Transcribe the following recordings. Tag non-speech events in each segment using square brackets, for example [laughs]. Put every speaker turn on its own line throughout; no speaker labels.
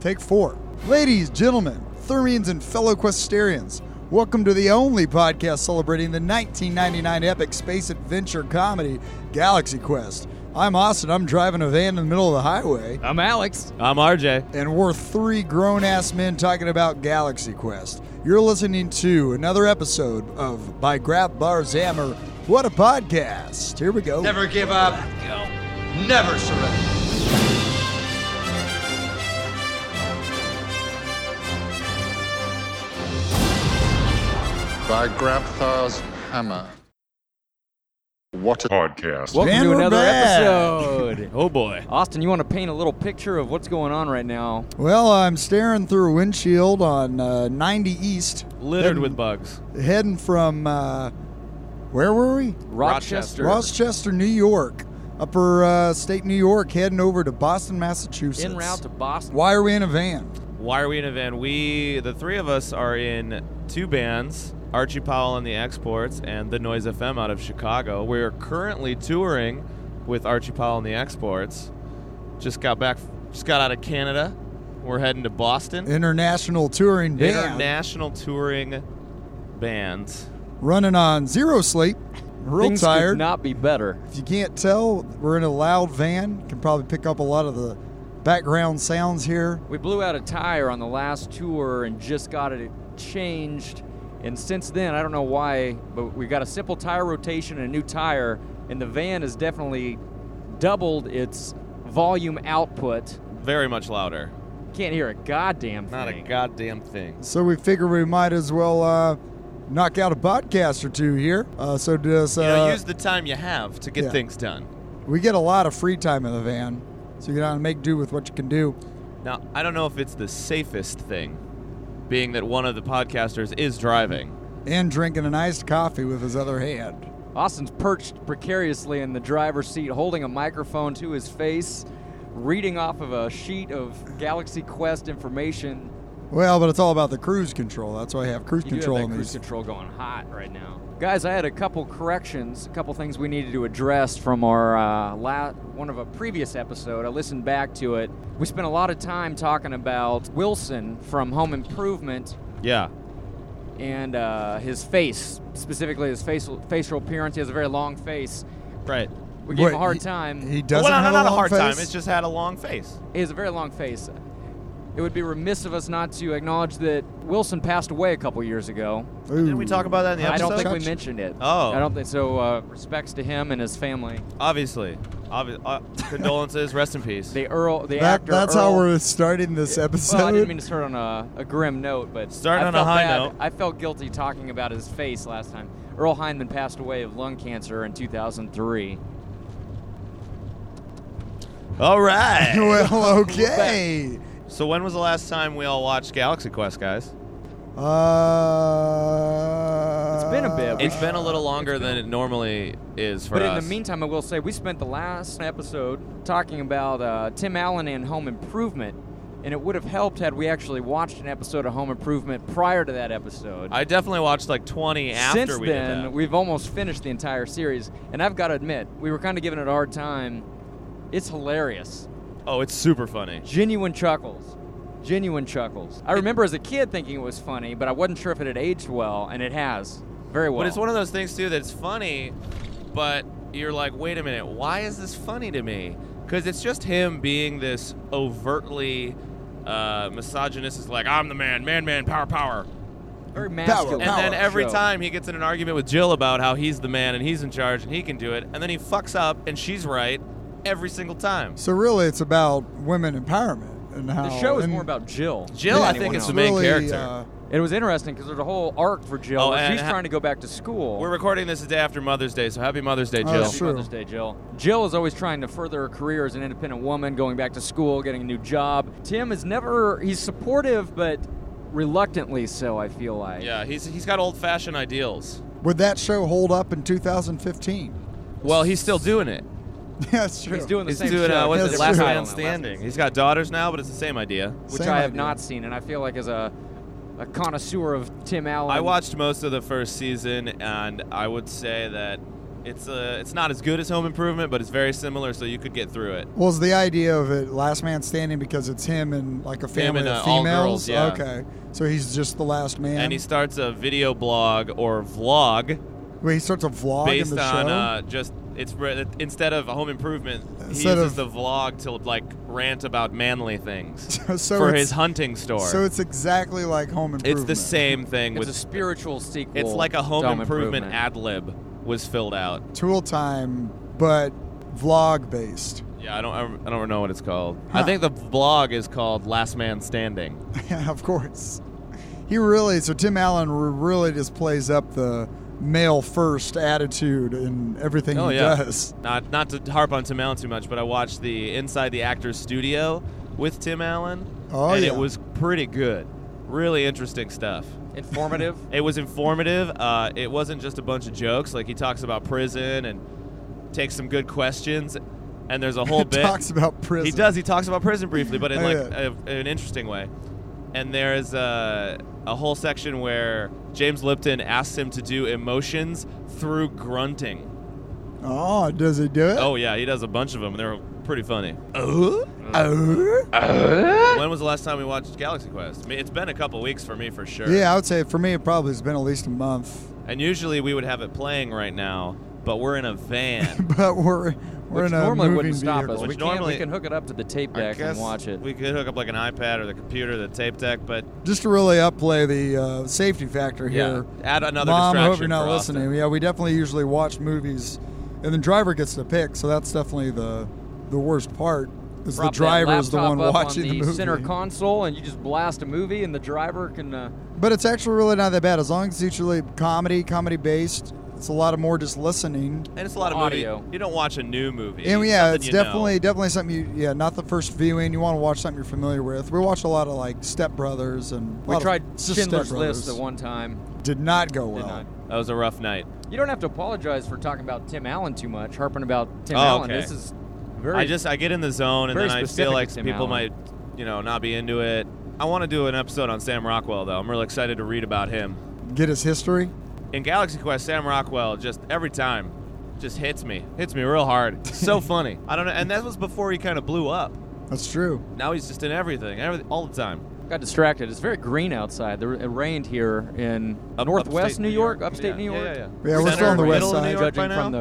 Take four. Ladies, gentlemen, Thurians, and fellow Questarians, welcome to the only podcast celebrating the 1999 epic space adventure comedy Galaxy Quest. I'm Austin. I'm driving a van in the middle of the highway,
I'm Alex.
I'm RJ.
and we're three grown ass men talking about Galaxy Quest. You're listening to another episode of By Grab Bar Zammer. What a podcast! Here we go.
Never give up. Never surrender.
by Grabthar's hammer. What a
podcast.
Welcome
And
to
we're
another
back.
episode.
Oh boy.
Austin, you want to paint a little picture of what's going on right now?
Well, I'm staring through a windshield on uh, 90 East,
Littered with bugs.
heading from uh, where were we?
Rochester.
Rochester, New York, upper uh, state New York, heading over to Boston, Massachusetts.
En route to Boston.
Why are we in a van?
Why are we in a van? We, the three of us, are in two bands Archie Powell and the Exports and The Noise FM out of Chicago. We are currently touring with Archie Powell and the Exports. Just got back, just got out of Canada. We're heading to Boston.
International touring band,
International touring bands.
running on zero sleep. Real
Things
tired.
could not be better.
if you can't tell, we're in a loud van. Can probably pick up a lot of the background sounds here.
We blew out a tire on the last tour and just got it changed. And since then, I don't know why, but we got a simple tire rotation and a new tire, and the van has definitely doubled its volume output.
Very much louder.
Can't hear a goddamn
Not a
thing.
goddamn thing.
So we figure we might as well uh, knock out a podcast or two here. Uh, so just, uh,
You know, use the time you have to get
yeah.
things done.
we get a lot of free time in the van, so you gotta make do with what you can do.
Now, I don't know if it's the safest thing, being that one of the podcasters is driving.
And drinking an iced coffee with his other hand.
Austin's perched precariously in the driver's seat, holding a microphone to his face, reading off of a sheet of Galaxy Quest information.
Well, but it's all about the cruise control. That's why I have cruise
You
control
do
in
have that cruise
these.
control going hot right now, guys. I had a couple corrections, a couple things we needed to address from our uh, la- one of a previous episode. I listened back to it. We spent a lot of time talking about Wilson from Home Improvement
Yeah.
and uh, his face, specifically his facial facial appearance. He has a very long face.
Right.
We gave him
Wait,
a hard
he-
time.
He doesn't
well,
have
not
a,
a
long
hard
face.
time. It's just had a long face.
He has a very long face. It would be remiss of us not to acknowledge that Wilson passed away a couple years ago.
Didn't we talk about that in the
I
episode?
don't think we
Touch.
mentioned it.
Oh.
I don't think so. Uh, respects to him and his family.
Obviously. Obvi- uh, condolences. Rest in peace.
The Earl, the
That,
actor.
that's
Earl-
how we're starting this episode.
Well, I didn't mean to start on a, a grim note, but
Starting
I
on a
felt
high
bad.
note.
I felt guilty talking about his face last time. Earl Hindman passed away of lung cancer in 2003.
all
[laughs]
right.
[laughs]
[laughs]
well, okay.
so when was the last time we all watched Galaxy Quest, guys?
Uh,
It's been a bit. We
It's been a little longer than it normally is for
But
us.
in the meantime, I will say we spent the last episode talking about uh, Tim Allen and Home Improvement, and it would have helped had we actually watched an episode of Home Improvement prior to that episode.
I definitely watched like 20 after
Since
we
then,
did that.
we've almost finished the entire series, and I've got to admit, we were kind of giving it a hard time. It's hilarious,
oh, it's super funny.
genuine chuckles, genuine chuckles. I remember as a kid thinking it was funny, but I wasn't sure if it had aged well, and it has very well.
But it's one of those things too that's funny, but you're like, wait a minute, why is this funny to me? Because it's just him being this overtly uh, misogynist. Is like, I'm the man, man, man, power, power.
very masculine.
And then
Power
every
show.
time he gets in an argument with Jill about how he's the man and he's in charge and he can do it, and then he fucks up and she's right every single time.
So really, it's about women empowerment and how
the show is
and
more about Jill.
Jill,
than
I
anyone
think, is
else.
the main
really,
character.
uh,
It was interesting because there's a whole arc for Jill.
Oh,
where
and
she's
ha-
trying to go back to school.
We're recording this the day after Mother's Day, so happy Mother's Day,
Oh,
Jill.
that's
Happy
true.
Mother's Day, Jill. Jill is always trying to further her career as an independent woman, going back to school, getting a new job. Tim is never, he's supportive, but reluctantly so, I feel like.
Yeah, he's, he's got old fashioned ideals.
Would that show hold up in 2015?
Well, he's still doing it.
[laughs] Yeah, that's true.
He's doing the
He's
same
doing
show.
uh, what's
That's
it, Last
true.
Man Standing. He's got daughters now, but it's the same idea.
Which
Same
I have
idea.
not seen, and I feel like as a, a connoisseur of Tim Allen.
I watched most of the first season, and I would say that It's uh, it's not as good as Home Improvement, but it's very similar, so you could get through it.
Well, is the idea of it last man standing because it's him and like a family
and,
of
uh, all
females?
girls, yeah.
Okay, so he's just the last man.
And he starts a video blog or vlog
Wait, he starts a vlog
based
in the
on
show.
uh, just it's re- instead of Home Improvement, he
Instead
uses
of-
the vlog to like rant about manly things
[laughs] so
uh, for
it's-
his hunting store.
so it's exactly like Home Improvement.
it's the same thing
It's
with
a spiritual sequel.
It's like a
to
home improvement, ad lib was filled out.
Tool time, but vlog based.
Yeah, I don't, I don't know what it's called. I
Huh.
think the blog is called Last
[laughs]
Man Standing.
Yeah, of course. He really so Tim Allen r- really just plays up the male first attitude in everything
oh
he
yeah,
does.
not not to harp on Tim Allen too much, but I watched the Inside the Actors Studio with Tim Allen,
Oh,
and
yeah.
it was pretty good. Really interesting stuff.
Informative.
It was informative. Uh, it wasn't just a bunch of jokes. Like he talks about prison and takes some good questions, and there's a
[laughs]
whole
He
bit.
talks about prison.
He does. He talks about prison briefly, but in
Oh,
like
yeah.
a, an interesting way. And there is a, a whole section where James Lipton asks him to do emotions through grunting.
Oh, does he do it? Uh-huh.
Oh yeah, he does a bunch of them. They're pretty funny.
Oh.
Uh-huh. When was the last time we watched Galaxy Quest? I mean, it's been a couple weeks for me for sure.
Yeah, I would say for me it probably has been at least a month. [laughs]
And usually we would have it playing right now, but we're in a
[laughs]
van.
But we're we're in
which
a
normally
moving
wouldn't stop
vehicle.
us. We
Which
can,
normally-
we can hook it up to the tape
I
deck
guess
and watch it.
We could hook up like an iPad or the computer, the tape deck, but
Just to really upplay the uh, safety factor
yeah,
here.
add another
Mom,
distraction.
I hope you're not
for Austin.
listening. Yeah, we definitely usually watch movies, and then driver gets to pick. So that's definitely the the worst part. Is
Prop
the
that
driver is the
laptop
one
up
watching
on the,
movie.
center console, and you just blast a movie, and the driver can. Uh,
But it's actually really not that bad as long as it's usually comedy, comedy based. It's a lot of more just listening.
And it's a lot of
Audio.
movie. You don't watch a new movie.
and yeah,
something
it's
you know.
definitely definitely something you yeah, not the first viewing. You want to watch something you're familiar with. We watch a lot of like Step Brothers and a lot
we
of-
tried
it's just Step
Schindler's List at
Brothers.
one time.
Did not go well.
not.
That was a rough night.
You don't have to apologize for talking about Tim Allen too much, harping about Tim
Oh,
Allen.
okay.
This is very.
I just I get in the zone and
very
then I
specific
feel like
to Tim
people
Allen.
might, you know, not be into it. I want to do an episode on Sam Rockwell though. I'm really excited to read about him.
Get his history.
In Galaxy Quest, Sam Rockwell just every time just hits me. Hits me real hard.
[laughs]
So funny. I don't know. And that was before he kind of blew up.
That's true.
Now he's just in everything, everything all the time.
got distracted. It's very green outside. There- It rained here in
Up-
northwest
upstate
New York, upstate
Yeah,
New York.
Yeah, yeah, yeah.
Yeah, we're still on the
Center,
west
middle of
side.
New York by
Judging
now?
from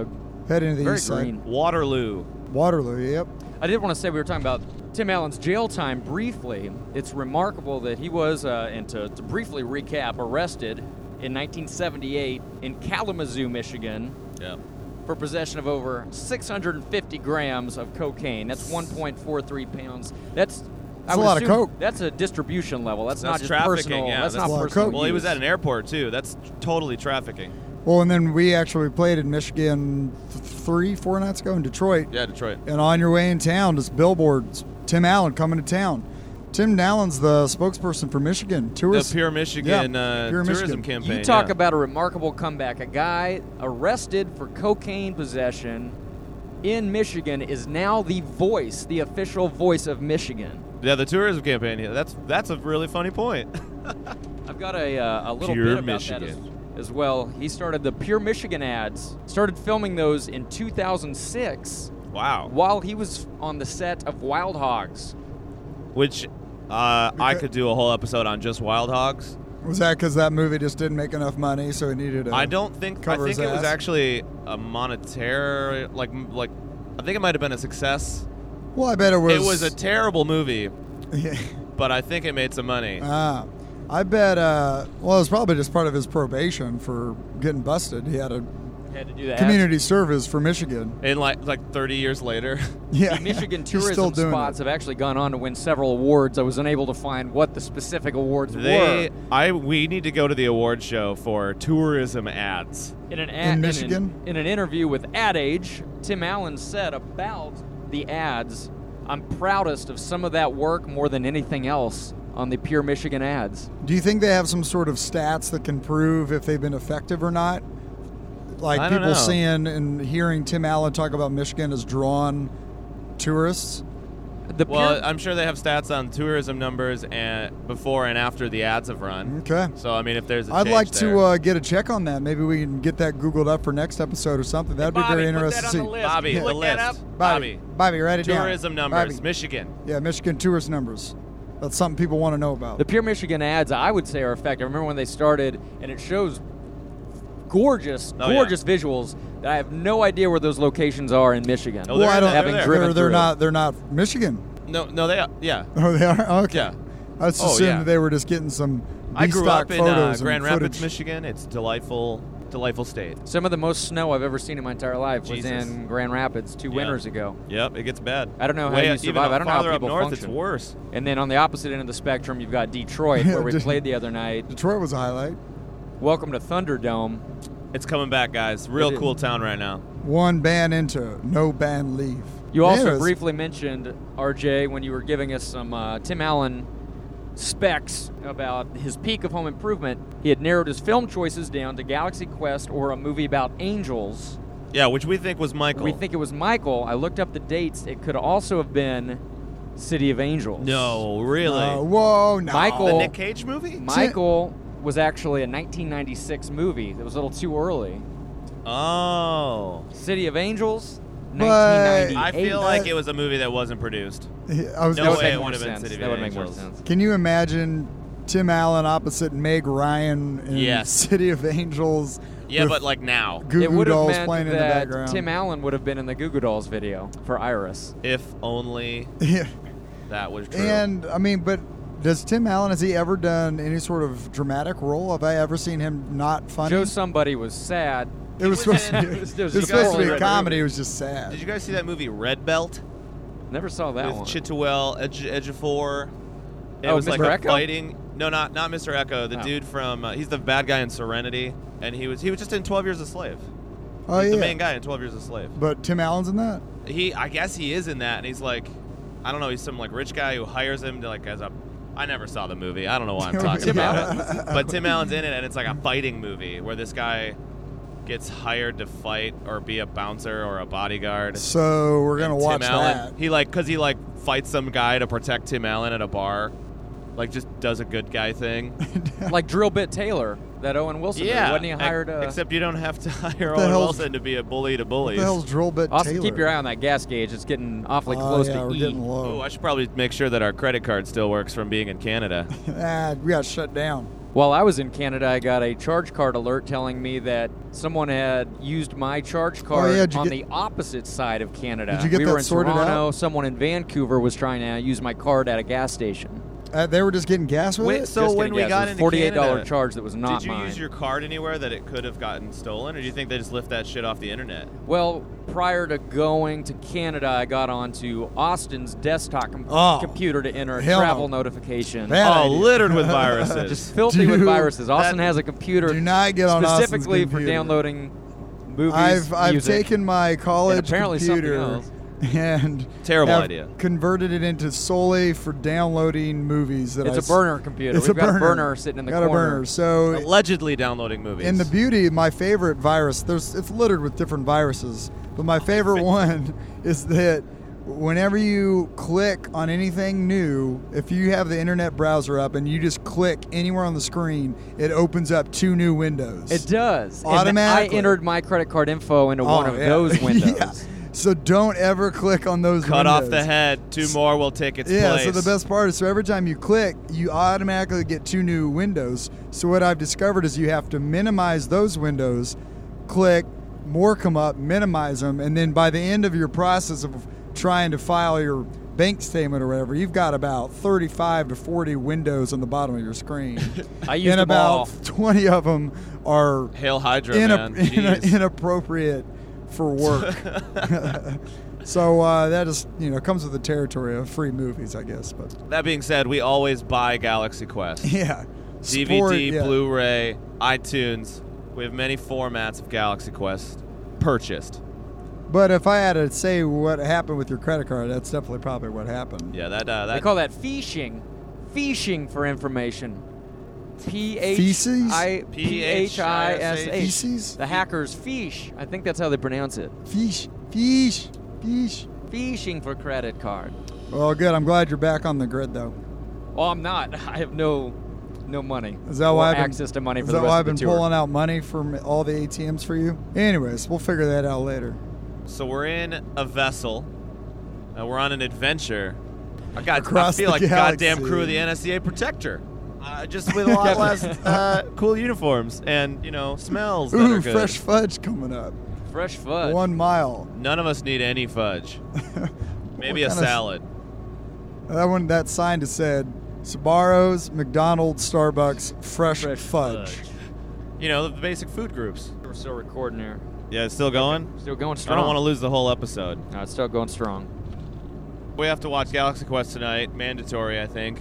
the
Heading to the
very
east side.
green.
Waterloo.
Waterloo. Yep.
I did want to say we were talking about Tim Allen's jail time briefly. It's remarkable that he was, uh, and to, to briefly recap, arrested in 1978 in Kalamazoo, Michigan,
Yeah.
for possession of over 650 grams of cocaine. That's 1.43 pounds. That's
That's
I
a
would
lot of
assume
coke.
That's a distribution level. That's,
That's
not just
trafficking,
personal.
yeah,
that's,
that's
a
not
lot of
personal.
coke.
Well, he was
use.
at an airport too. That's totally trafficking.
Well, and then we actually played in Michigan th- three, four nights ago in Detroit.
Yeah, Detroit.
And on your way in town, just billboards. Tim Allen coming to town. Tim Allen's the spokesperson for Michigan
The
tourist.
Pure Michigan
Yeah,
uh,
Pure
tourism
Michigan.
campaign.
You talk
yeah.
about a remarkable comeback. A guy arrested for cocaine possession in Michigan is now the voice, the official voice of Michigan.
yeah, the tourism campaign. Yeah, that's that's a really funny point. [laughs]
I've got a, uh, a little
Pure
bit about that
Michigan.
as, as well. He started the Pure Michigan ads, started filming those in 2006
wow.
while he was on the set of Wild Hogs.
Which uh, I could do a whole episode on just wild hogs.
Was that because that movie just didn't make enough money, so it needed a
I don't think. I
Cover
think
his
it was
ass.
actually a monetary like like. I think it might have been a success.
Well, I bet it was. [laughs]
It was a terrible movie,
yeah.
but I think it made some money.
Ah. I bet. Uh, well, it was probably just part of his probation for getting busted. He had a
Had to do that.
community service for Michigan.
And like like 30 years later, [laughs]
Yeah, [laughs]
The Michigan
He's still
tourism
doing
spots
It.
have actually gone on to win several awards. I was unable to find what the specific awards
they
were.
I we need to go to the award show for tourism ads.
In an ad,
In
an-
Michigan?
in an interview with Ad Age, Tim Allen said about the ads, "I'm proudest of some of that work more than anything else on the Pure Michigan ads."
Do you think they have some sort of stats that can prove if they've been effective or not? Like
I don't
people
know.
seeing and hearing Tim Allen talk about Michigan has drawn tourists.
the
Well,
pure-
I'm sure they have stats on tourism numbers and before and after the ads have run.
Okay.
So I mean, if there's, a
I'd
change
like
there-
to uh, get a check on that. Maybe we can get that Googled up for next episode or something. That'd be very
Bobby, put
interesting
that
to see.
on the list.
Bobby,
You
the
look that
list.
up?
Bobby, Bobby, write it
tourism
down.
numbers,
Bobby.
Michigan.
Yeah, Michigan tourist numbers. That's something people want to know about.
The Pure Michigan ads, I would say, are effective. I remember when they started, and it shows gorgeous,
Oh, yeah.
gorgeous visuals that I have no idea where those locations are in Michigan.
Oh, they're
I
in-
don't-
they're
having
there.
driven
they're, they're
through.
not. They're not Michigan. [laughs]
No, no, they are. Yeah,
Oh, they are. Okay.
yeah.
I just
Oh,
assumed
yeah.
that they were just getting some
I grew
stock
up in uh,
photos and
Grand
footage.
Rapids, Michigan. It's delightful, delightful state.
Some of the most snow I've ever seen in my entire life
Jesus.
was in Grand Rapids two
Yeah.
winters ago.
Yep, it gets bad.
I don't know how
Way
you
up-
survive.
Even
I don't know how
farther
people
up north,
function.
it's worse.
And then on the opposite end of the spectrum, you've got Detroit, where we
Just-
played the other night.
Detroit was a highlight.
Welcome to Thunderdome.
It's coming back, guys. Real
It is.
cool town right now.
One band into, no band leave.
You also
Yeah, it's-
briefly mentioned RJ when you were giving us some uh, Tim Allen specs about his peak of home improvement. He had narrowed his film choices down to Galaxy Quest or a movie about angels.
Yeah, which we think was Michael.
We think it was Michael. I looked up the dates. It could also have been City of Angels.
No, really.
Uh, whoa, no.
Michael-
the Nick Cage movie?
Michael was actually a 1996 movie. It was a little too early.
oh.
City of Angels,
But-
1998.
I feel
Eight.
like it was a movie that wasn't produced.
I was
No
That
gonna
way
would
say-
make
it
more
would've been
sense.
City of
That would make more
Angels.
sense.
Can you imagine Tim Allen opposite Meg Ryan in [laughs]
Yes.
City of Angels?
Yeah,
with
but like now.
Goo
it
Goo
would have
Dolls
meant
playing in the
that
background.
Tim Allen would have been in the Goo Goo Dolls video for Iris.
If only
[laughs] yeah.
that was true.
And I mean, but does Tim Allen has he ever done any sort of dramatic role? Have I ever seen him not funny?
Joe Somebody was sad.
it was
was
supposed
in-
to be,
it
it
was
was
just
supposed to
poorly
be a
written.
comedy. It was just sad.
Did you guys see that movie Red Belt
Never saw that
with
one.
Chitwell, Edge, Edgefor? It
Oh,
was like
Mr.
a
Echo?
fighting. No, not not Mr. Echo. The
Oh.
dude from uh, he's the bad guy in Serenity, and he was he was just in Twelve Years a Slave.
oh
he's
yeah.
the main guy in Twelve Years a Slave.
But Tim Allen's in that.
He, I guess he is in that, and he's like, I don't know, he's some like rich guy who hires him to like as a. I never saw the movie. I don't know why
[laughs]
I'm talking
Tim
about
Allen.
it. [laughs] But Tim Allen's in it, and it's like a fighting movie where this guy gets hired to fight or be a bouncer or a bodyguard.
So we're gonna
And
watch
Tim Allen,
that.
He like, cause he like fights some guy to protect Tim Allen at a bar. Like, just does a good guy
[laughs]
thing.
like Drill Bit Taylor, that Owen Wilson. movie. Wasn't he hired?
e-
Uh,
Except you don't have to [laughs] hire
the
Owen
hell's-
Wilson to be a bully to
What
bullies.
the hell's drill bit
Austin,
Taylor?
keep your eye on that gas gauge. It's getting awfully
Oh,
close
yeah,
to
we're
E.
getting
Oh,
low.
I should probably make sure that our credit card still works from being
[laughs]
in Canada.
[laughs] ah, we got shut down.
While I was in Canada, I got a charge card alert telling me that someone had used my charge card
Oh, yeah, did you
on
get-
the opposite side of Canada.
Did you get
we
that
were in
sorted
Toronto.
out?
Someone in Vancouver was trying to use my card at a gas station.
Uh, they were just getting gas with
Wait,
it.
so
Just
when
gonna
we
guess,
got
it was
into
forty-eight dollar
Canada,
charge that was not
Did you
mine.
use your card anywhere that it could have gotten stolen, or do you think they just lift that shit off the internet?
Well, prior to going to Canada, I got onto Austin's desktop com-
Oh,
computer to enter a
hell no.
travel notification.
Bad
oh,
idea.
littered
[laughs]
with viruses.
Just filthy with
Dude,
viruses. Austin
that-
has a computer
do not get on Austin's
specifically for
computer.
downloading movies.
I've I've
music.
taken my college
And apparently something
computer
else.
and
Terrible
have
idea.
Converted it into solely for downloading movies that I
It's
s-
a burner computer.
It's
We've
a
got
burner.
a burner sitting in the
got
corner.
a burner. So
[laughs] allegedly downloading movies.
in the beauty, my favorite virus. There's it's littered with different viruses, but my favorite
[laughs]
one is that whenever you click on anything new, if you have the internet browser up and you just click anywhere on the screen, it opens up two new windows.
It does. And
Automatically.
I entered my credit card info into
Oh,
one of
yeah.
those
[laughs] Yeah.
windows.
So don't ever click on those.
cut off the
windows.
head, two more will take its
Yeah,
place.
so the best part is so every time you click, you automatically get two new windows. So what I've discovered is you have to minimize those windows, click, more come up, minimize them, and then by the end of your process of trying to file your bank statement or whatever, you've got about 35 to 40 windows on the bottom of your screen.
[laughs] I used
and
them
about
all.
20 of them are
Hail Hydra,
ina- [laughs]
man.
ina-
Jeez.
inappropriate for
[laughs]
work. [laughs] so uh, that is, you know, comes with the territory of free movies, I guess. But [laughs]
that being said, we always buy Galaxy Quest.
yeah,
DVD,
Sport, yeah.
Blu-ray, iTunes. We have many formats of Galaxy Quest purchased.
But if I had to say what happened with your credit card, that's definitely probably what happened.
Yeah, that uh,
They
that
call that phishing. Phishing for information. P H
Feces?
I P H I S H.
Feces?
The hackers fish. I think that's how they pronounce it.
Fish, fish, fish.
Phishing for credit card.
Well, good. I'm glad you're back on the grid, though.
Oh, I'm not. [laughs] I have no no money.
Is that
or
why I've been,
access to money for
is
the
that
rest
why I've
of
been
the tour.
pulling out money from all the ATMs for you? Anyways, we'll figure that out later.
So we're in a vessel. Uh, we're on an adventure. I got.
Across
I feel
the
like a goddamn
galaxy.
crew of the NSCA Protector.
[laughs]
Uh, just with a lot less uh, cool uniforms and you know smells that are
Ooh,
good.
fresh fudge coming up.
Fresh fudge.
One mile.
None of us need any
[laughs]
fudge. Maybe a
What kinda s-
salad.
That one, that sign just said Sbarro's, McDonald's, Starbucks, fresh,
Fresh
fudge.
You know the basic food groups.
We're still recording here.
Yeah, it's still going.
Still going
I
strong.
don't want to lose the whole episode.
No, it's still going strong.
We have to watch Galaxy Quest tonight. Mandatory, I think.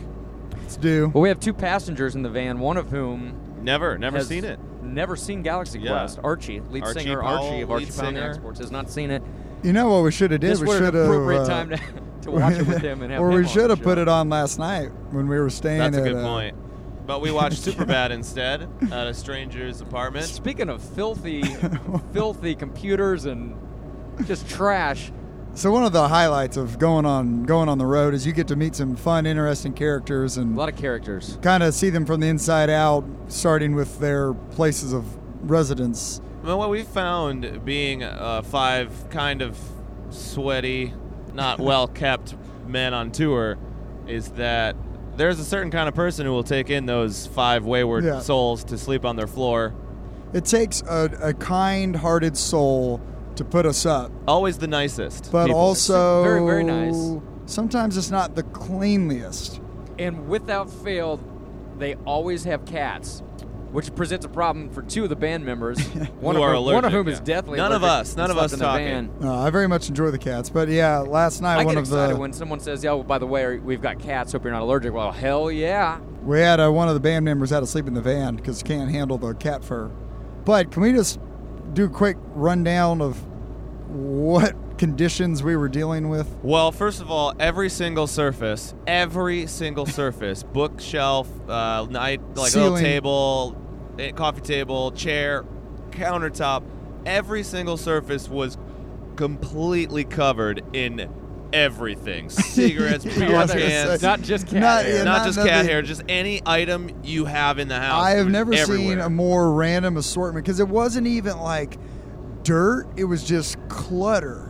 It's due.
Well, we have two passengers in the van, one of whom
Never, never
has
seen it.
Never seen Galaxy
Yeah.
Quest. Archie, lead
Archie
singer
Powell,
Archie of
lead
Archie Powell and the
singer.
Exports, has not seen it.
You know what we should have did?
this
we
was
should
an
have
appropriate
uh,
time to, [laughs] to watch it with him
[laughs]
and have
or
him
we
on
should
the
have put
show.
it on last night when we were staying
That's a
at,
good
uh,
point. But
[laughs]
we watched Superbad instead at a stranger's apartment.
Speaking of
[laughs]
filthy, filthy computers and just trash,
So one of the highlights of going on going on the road is you get to meet some fun, interesting characters
a
and
lot of characters.
kind of see them from the inside out, starting with their places of residence.
Well, what we found being uh, five kind of sweaty,
[laughs]
not well kept men on tour is that there's a certain kind of person who will take in those five wayward
Yeah.
souls to sleep on their floor.
It takes a, a kind-hearted soul to put us up,
Always the nicest.
but
people.
also
Very, very nice.
Sometimes it's not the cleanliest.
And without fail, they always have cats, which presents a problem for two of the band members.
[laughs]
One,
Who
of,
are
whom, one
allergic,
of whom
yeah.
is definitely
None of
allergic
us,
and
none of
slept
us
in the
talking.
van.
No, Uh, I very much enjoy the cats, but yeah, last night
I
one
get
of the
excited when someone says, "Yeah, well, by the way, are- we've got cats. Hope you're not allergic." Well, hell yeah.
We had uh, one of the band members had to sleep in the van because can't handle the cat fur. But can we just do a quick rundown of what conditions we were dealing
[laughs]
with?
Well, first of all, every single surface,
[laughs]
every single surface, bookshelf, uh, night like little
Ceiling.
table, eh, coffee table, chair, countertop, every single surface was completely covered in everything.
[laughs]
Cigarettes, beer
I was gonna
cans,
say.
Not just cat
Not-
hair.
yeah,
not just cat
nothing.
hair, just any item you have in the house.
I have
It was
never seen
everywhere.
a more random assortment because it wasn't even like dirt; it was just clutter.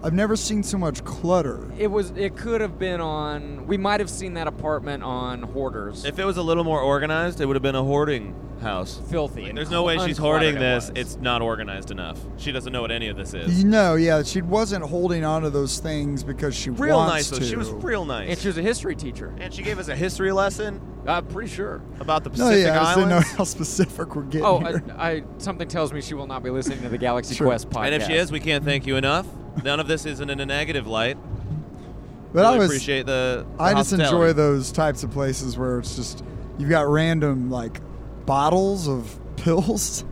I've never seen so much clutter.
It was. It could have been on. We might have seen that apartment on Hoarders.
If it was a little more organized, it would have been a hoarding house.
filthy.
Like,
and
there's no way she's
uncluttered
hoarding
it
this.
was.
It's not organized enough. She doesn't know what any of this is.
You know, yeah, she wasn't holding on to those things because she
Real nice
wants
though.
to.
She was real nice.
And she was a history
[laughs]
teacher.
And she gave us a history lesson
I'm pretty sure.
about the
No,
Pacific
Oh, yeah, I just didn't know
Islands.
[laughs] how specific we're getting.
Oh,
here.
I, I, something tells me she will not be listening to the Galaxy
Sure.
Quest podcast.
And if she is, we can't thank you enough. None of this isn't in a negative light.
but
really
I was
appreciate the. the
I just enjoy
hospitality.
those types of places where it's just you've got random like bottles of [laughs] pills,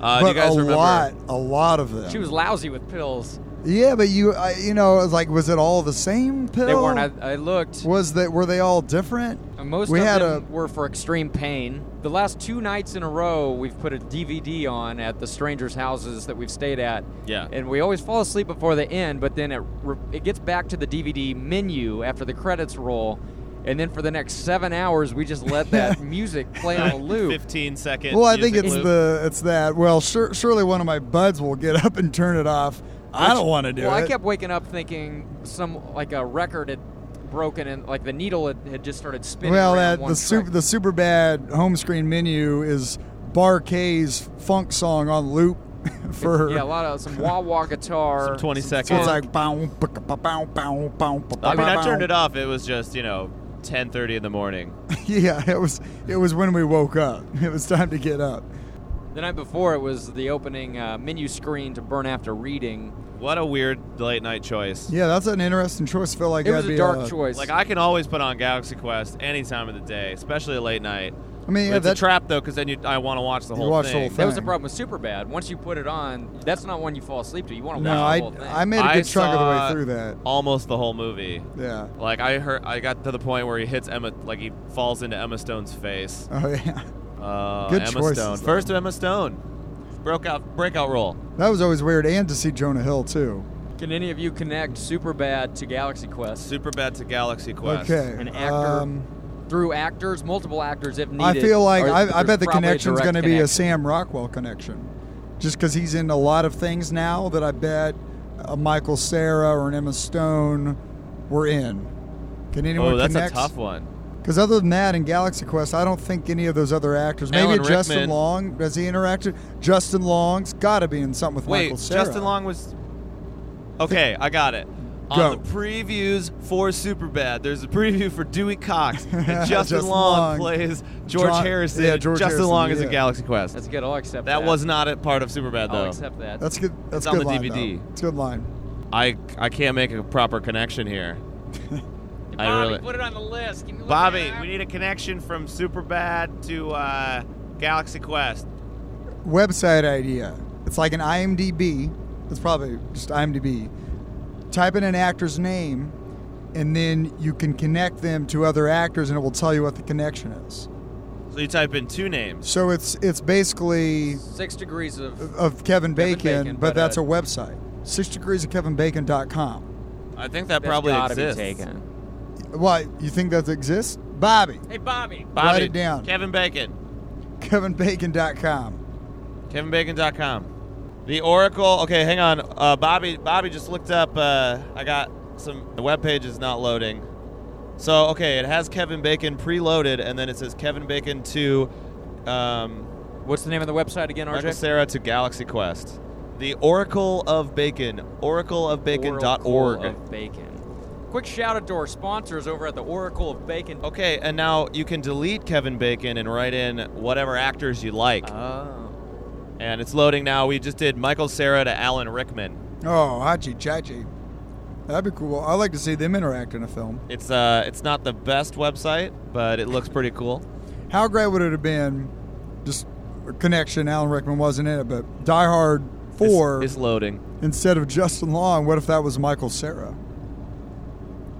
Uh, do
but
you guys
a
remember?
lot, a lot of them.
She was lousy with pills.
yeah, but you, I, you know, it was like, was it all the same pill?
They weren't. I, I looked.
was that were they all different?
And most
we
of
had
them were for extreme pain. The last two nights in a row, we've put a DVD on at the strangers' houses that we've stayed at.
Yeah.
And we always fall asleep before the end, but then it re- it gets back to the DVD menu after the credits roll, and then for the next seven hours, we just let
[laughs]
that music play on
[laughs]
a loop.
15
a.
second.
Well, I think
music
it's
loop.
the it's that. Well, sure, surely one of my buds will get [laughs] up and turn it off. I don't want to do
well,
it.
I kept [laughs] waking up thinking some like a record had broken and like the needle had, had just started spinning.
well,
around
that
one
the super
track.
the super bad home screen menu is Bar K's funk song on loop [laughs] for
yeah, a lot of some wah wah guitar,
Some 20
some
seconds.
So it's
funk.
like bow, bicka, bow, bow, bow, bow, bow,
I mean,
bow,
I turned
bow.
it off. It was just you know 10:30 in the morning.
[laughs] Yeah, it was it was when we woke up. It was time to get up.
The night before, it was the opening uh, menu screen to Burn After Reading.
What a weird late night choice.
Yeah, that's an interesting choice. I feel like
It
that'd
was a
be uh,
dark choice.
Like I can always put on Galaxy Quest any time of the day, especially late night.
I mean, yeah,
it's
that,
a trap though, because then you I want to watch the
You
whole
watch the
thing.
whole
that was the
thing.
problem with Superbad. Once you put it on, that's not one you fall asleep to. You want to
no,
watch
I
the whole thing.
I made a
I
good chunk of the way
saw-
through that.
Almost the whole movie.
Yeah.
Like I heard, I got to the point where he hits Emma, like he falls into Emma Stone's face.
Oh [laughs] yeah,
Uh,
Good
Emma
choices,
Stone,
though.
first Emma Stone, broke out breakout role.
that was always weird. And to see Jonah Hill too.
Can any of you connect Superbad to Galaxy Quest?
Super bad to Galaxy Quest.
Okay.
An actor
Um,
through actors, multiple actors if needed.
I feel like
or
I, I
there's
bet the
probably a
connection's
direct
going to be a
connection.
Sam Rockwell connection, just because he's in a lot of things now that I bet a Michael Sarah or an Emma Stone were in. Can anyone
Oh, that's
connect?
a tough one.
Because other than that, in Galaxy Quest, I don't think any of those other actors. Maybe
Alan
Justin
Rickman.
Long. Does he interact? Justin Long's got to be in something with
Wait,
Michael Sarah.
Justin Long was. Okay, I got it.
Go.
On the previews for Superbad, there's a preview for Dewey Cox.
[laughs]
And Justin,
Justin
Long,
Long.
plays George
John-
Harrison.
yeah, George
Justin
Harrison,
Long is
yeah.
in Galaxy Quest.
That's good. I'll accept that.
that was not a part of Superbad
I'll
though.
accept that.
That's good. That's
It's
good
on the
line,
DVD.
though. It's a good line.
I I can't make a proper connection here.
[laughs]
I
Bobby,
really-
put it on the list. Give me a look
Bobby,
at it.
we need a connection from Superbad to uh, Galaxy Quest.
Website idea. It's like an IMDb. It's probably just IMDb. Type in an actor's name, and then you can connect them to other actors, and it will tell you what the connection is.
So you type in two names.
So it's it's basically
six degrees of.
of Kevin Bacon,
Bacon,
but,
but,
that's
uh,
a website. Six degrees of KevinBacon.com.
I think that
That's
probably
gotta
exists.
Be taken.
Why you think that exists, Bobby?
Hey, Bobby.
Bobby,
Write it down.
Kevin Bacon.
KevinBacon.com.
KevinBacon.com. The Oracle. Okay, hang on. Uh, Bobby. Bobby just looked up. Uh, I got some. The web page is not loading. So okay, it has Kevin Bacon preloaded, and then it says Kevin Bacon to um,
What's the name of the website again,
Michael
RJ?
Sarah to Galaxy Quest. The Oracle of Bacon. Oracleofbacon.org.
Oracle of Bacon. Quick shout out to our sponsors over at the Oracle of Bacon.
Okay, and now you can delete Kevin Bacon and write in whatever actors you like.
Oh.
and it's loading now. We just did Michael Sarah to Alan Rickman.
Oh, Hachi Chachi. That'd be cool. I like to see them interact in a film.
It's uh, it's not the best website, but it looks pretty cool.
How great would it have been? Just a connection. Alan Rickman wasn't in it, but Die Hard
It's-
Four
it's, loading.
instead of Justin Long. What if that was Michael Sarah?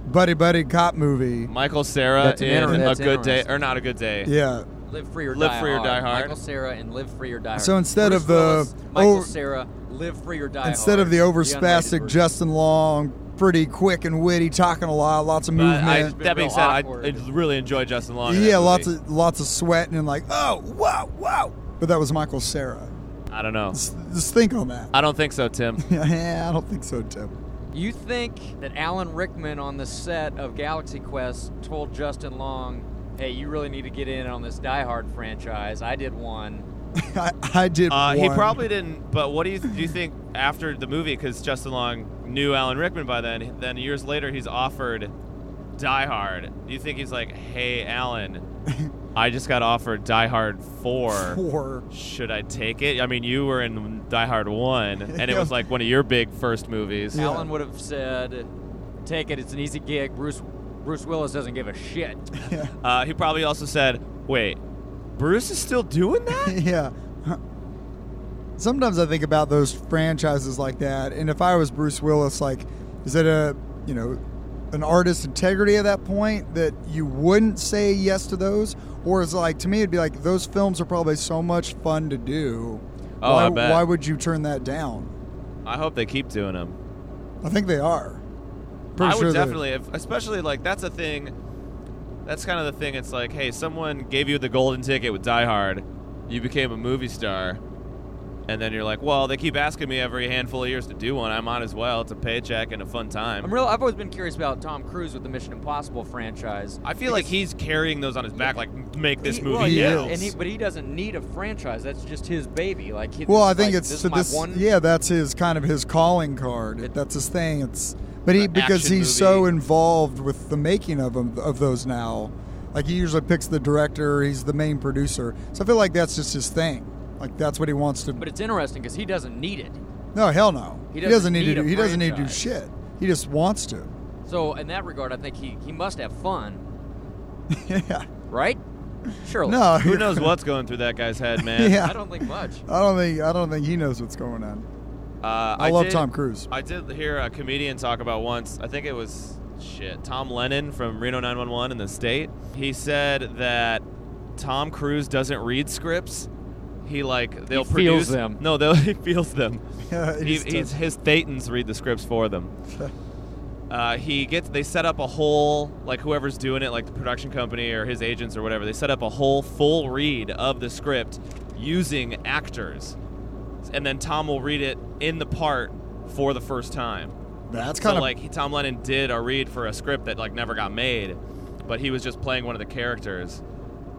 Buddy buddy cop movie.
Michael Sarah
That's
that's
an
in
inter- that's
a good day
interesting.
or not a good day.
Yeah.
Live Free or
Live
Die
Free or
Hard.
Die Hard.
Michael Sarah and Live Free or Die Hard.
So instead
Bruce
of the-
Willis, Michael
over-
Sarah, Live Free or Die
Instead
Hard.
of the
unrated
overspastic
version.
Justin Long, pretty quick and witty, talking a lot, lots of
But
movement.
I,
been
that being
real
said, I,
awkward.
I really enjoy Justin Long. in that
yeah, lots
movie.
of lots of sweating and like, oh, wow, wow. But that was Michael Sarah.
I don't know.
Just, just think on that.
I don't think so, Tim.
[laughs] yeah, I don't think so, Tim. [laughs]
You think that Alan Rickman on the set of Galaxy Quest told Justin Long, "Hey, you really need to get in on this Die Hard franchise. I did one."
I, I did.
Uh, he
one. [laughs]
probably didn't. But what do you do? You think after the movie, because Justin Long knew Alan Rickman by then. Then years later, he's offered Die Hard. Do you think he's like,
[laughs]
"Hey, Alan, I just got offered Die Hard Four.
four.
Should I take it?" I mean, you were in Die
[laughs]
Hard One, and it
Yeah.
was like one of your big first movies.
Yeah.
Alan would have said, "Take it. It's an easy gig. Bruce Bruce Willis doesn't give a shit."
Yeah,
Uh, he probably also said, "Wait, Bruce is still doing that?"
[laughs] yeah. Huh. Sometimes I think about those franchises like that, and if I was Bruce Willis, like, is it a you know an artist's integrity at that point that you wouldn't say yes to those, or is it like to me it'd be like those films are probably so much fun to do.
Oh,
why,
I bet.
why would you turn that down?
I hope they keep doing them.
I think they are.
I would
they're-
definitely, if, especially like that's a thing. That's kind of the thing. It's like, hey, someone gave you the golden ticket with Die Hard, you became a movie star, and then you're like, well, they keep asking me every handful of years to do one. I might as well. It's a paycheck and a fun time.
I'm real. I've always been curious about Tom Cruise with the Mission Impossible franchise.
I feel like he's carrying those on his back. Like, make this
He-
movie.
well,
He
yeah,
is.
and he, but he doesn't need a franchise. That's just his baby. Like, he,
Well, I
like,
think it's
this
so
is my
this.
one.
Yeah, that's his kind of his calling card.
It-
that's his thing. It's but he
An
because he's
action
so
movie.
involved with the making of 'em- of those now. Like he usually picks the director. He's the main producer. So I feel like that's just his thing. Like that's what he wants to.
But it's interesting because he doesn't need it.
no, hell no.
He
doesn't
doesn't
need,
need
to.
a
Do, he doesn't need to do
franchise.
shit. He just wants to. [laughs]
So in that regard, I think he, he must have fun,
yeah.
right? Surely.
No.
Who knows what's going through that guy's head,
[laughs]
man?
Yeah.
I don't think much.
[laughs] I don't think. I don't think he knows what's going on. [laughs]
Uh,
I,
I,
love
did-
Tom Cruise.
I did hear a comedian talk about once. I think it was shit. Tom Lennon from Reno 911 in the state. He said that Tom Cruise doesn't read scripts. he like they'll
feels
produce
them.
No, they'll, [laughs] he feels them.
[laughs] He
he,
just does.
he's, his thetans read the scripts for them. Uh, he gets they set up a whole like whoever's doing it like the production company or his agents or whatever they set up a whole full read of the script using actors and then tom will read it in the part for the first time
That's
so
kind of
like he- tom lennon did a read for a script that like never got made but he was just playing one of the characters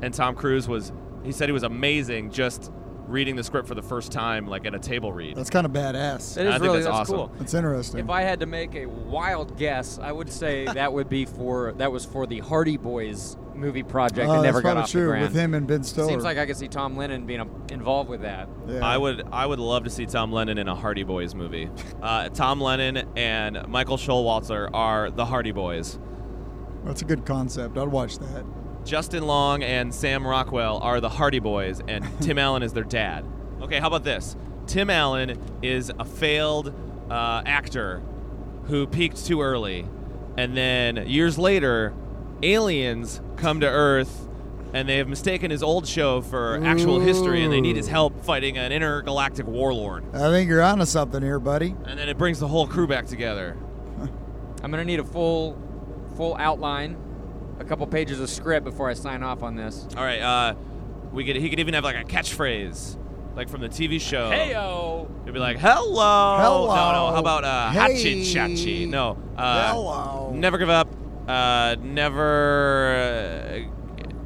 and tom cruise was he said he was amazing just reading the script for the first time like at a table read
that's kind of badass.
That
I
is
think
really
that's awesome.
cool.
That's interesting. Uh,
If I had to make a wild guess, I would
[laughs]
say that would be for that was for the Hardy Boys movie project
Oh,
that never
that's
got
probably
off
true
the ground.
with him and Ben Stiller.
Seems like I could see Tom Lennon being um, involved with that.
Yeah.
I would I would love to see Tom Lennon in a Hardy Boys movie. Uh, Tom Lennon and Michael Showalter are the Hardy Boys.
That's a good concept. I'd watch that.
Justin Long and Sam Rockwell are the Hardy Boys, and Tim Allen is their dad. Okay, how about this? Tim Allen is a failed uh, actor who peaked too early, and then years later, aliens come to Earth. And they have mistaken his old show for actual history, and they need his help fighting an intergalactic warlord.
I think you're onto something here, buddy.
And then it brings the whole crew back together.
I'm gonna need a full, full outline, a couple pages of script before I sign off on this.
All right, uh, we could he could even have like a catchphrase, like from the TV show.
Heyo!
He'd be like, "Hello."
Hello.
No, no. How about uh,
Hey.
hachi chachi? No. Uh,
Hello.
Never give up. Uh, never uh,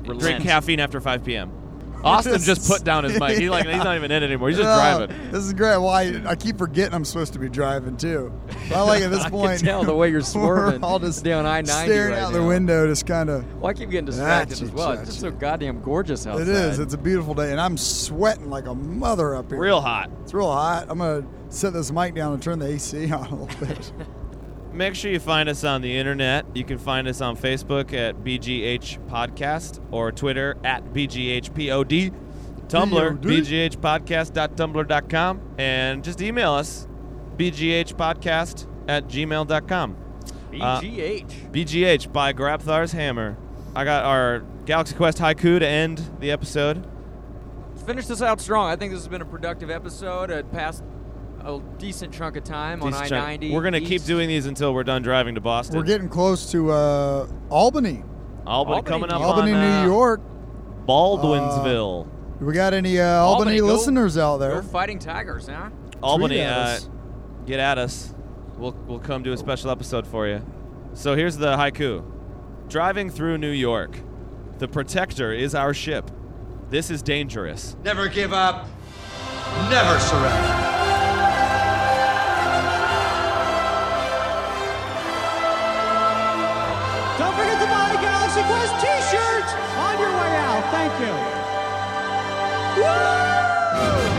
Relent.
drink caffeine after 5 p.m. Austin just put down his mic. He like he's not even in it anymore. He's just
Yeah,
driving.
This is great. Well, I, I keep forgetting I'm supposed to be driving too. But I like at this
[laughs] I
point.
can tell the way you're swerving.
[laughs] We're all just
down I-90
staring
right
out
now.
the window, just kind of.
Well, I keep getting distracted as well. It's just so
Gotcha.
goddamn gorgeous outside.
It is. It's a beautiful day, and I'm sweating like a mother up here.
Real hot.
It's real hot. I'm gonna set this mic down and turn the AC [laughs] on a little
[laughs]
bit.
Make sure you find us on the internet. You can find us on Facebook at BGH Podcast or Twitter at BGHPOD, Tumblr,
POD.
BGHpodcast.tumblr.com, and just email us, BGHpodcast at gmail.com. Uh,
BGH.
BGH by Grabthar's Hammer. I got our Galaxy Quest haiku to end the episode.
Let's finish this out strong. I think this has been a productive episode. It passed a decent chunk of time on
Decent
I
chunk.
90.
We're going to keep doing these until we're done driving to Boston.
We're getting close to uh, Albany,
Albany,
Albany,
coming up
Albany,
on uh,
New York.
Baldwinsville.
Do we got any uh, Albany,
Albany, go-
listeners out
Go
there?
fighting tigers, huh?
Albany,
Tweet at
uh,
us. Oh.
get at us. We'll, we'll come do a special episode for you. So here's the haiku Driving through New York, the protector is our ship. This is dangerous.
Never give up. Never surrender.
Don't forget to buy the Galaxy Quest t-shirt on your way out. Thank you. Woo!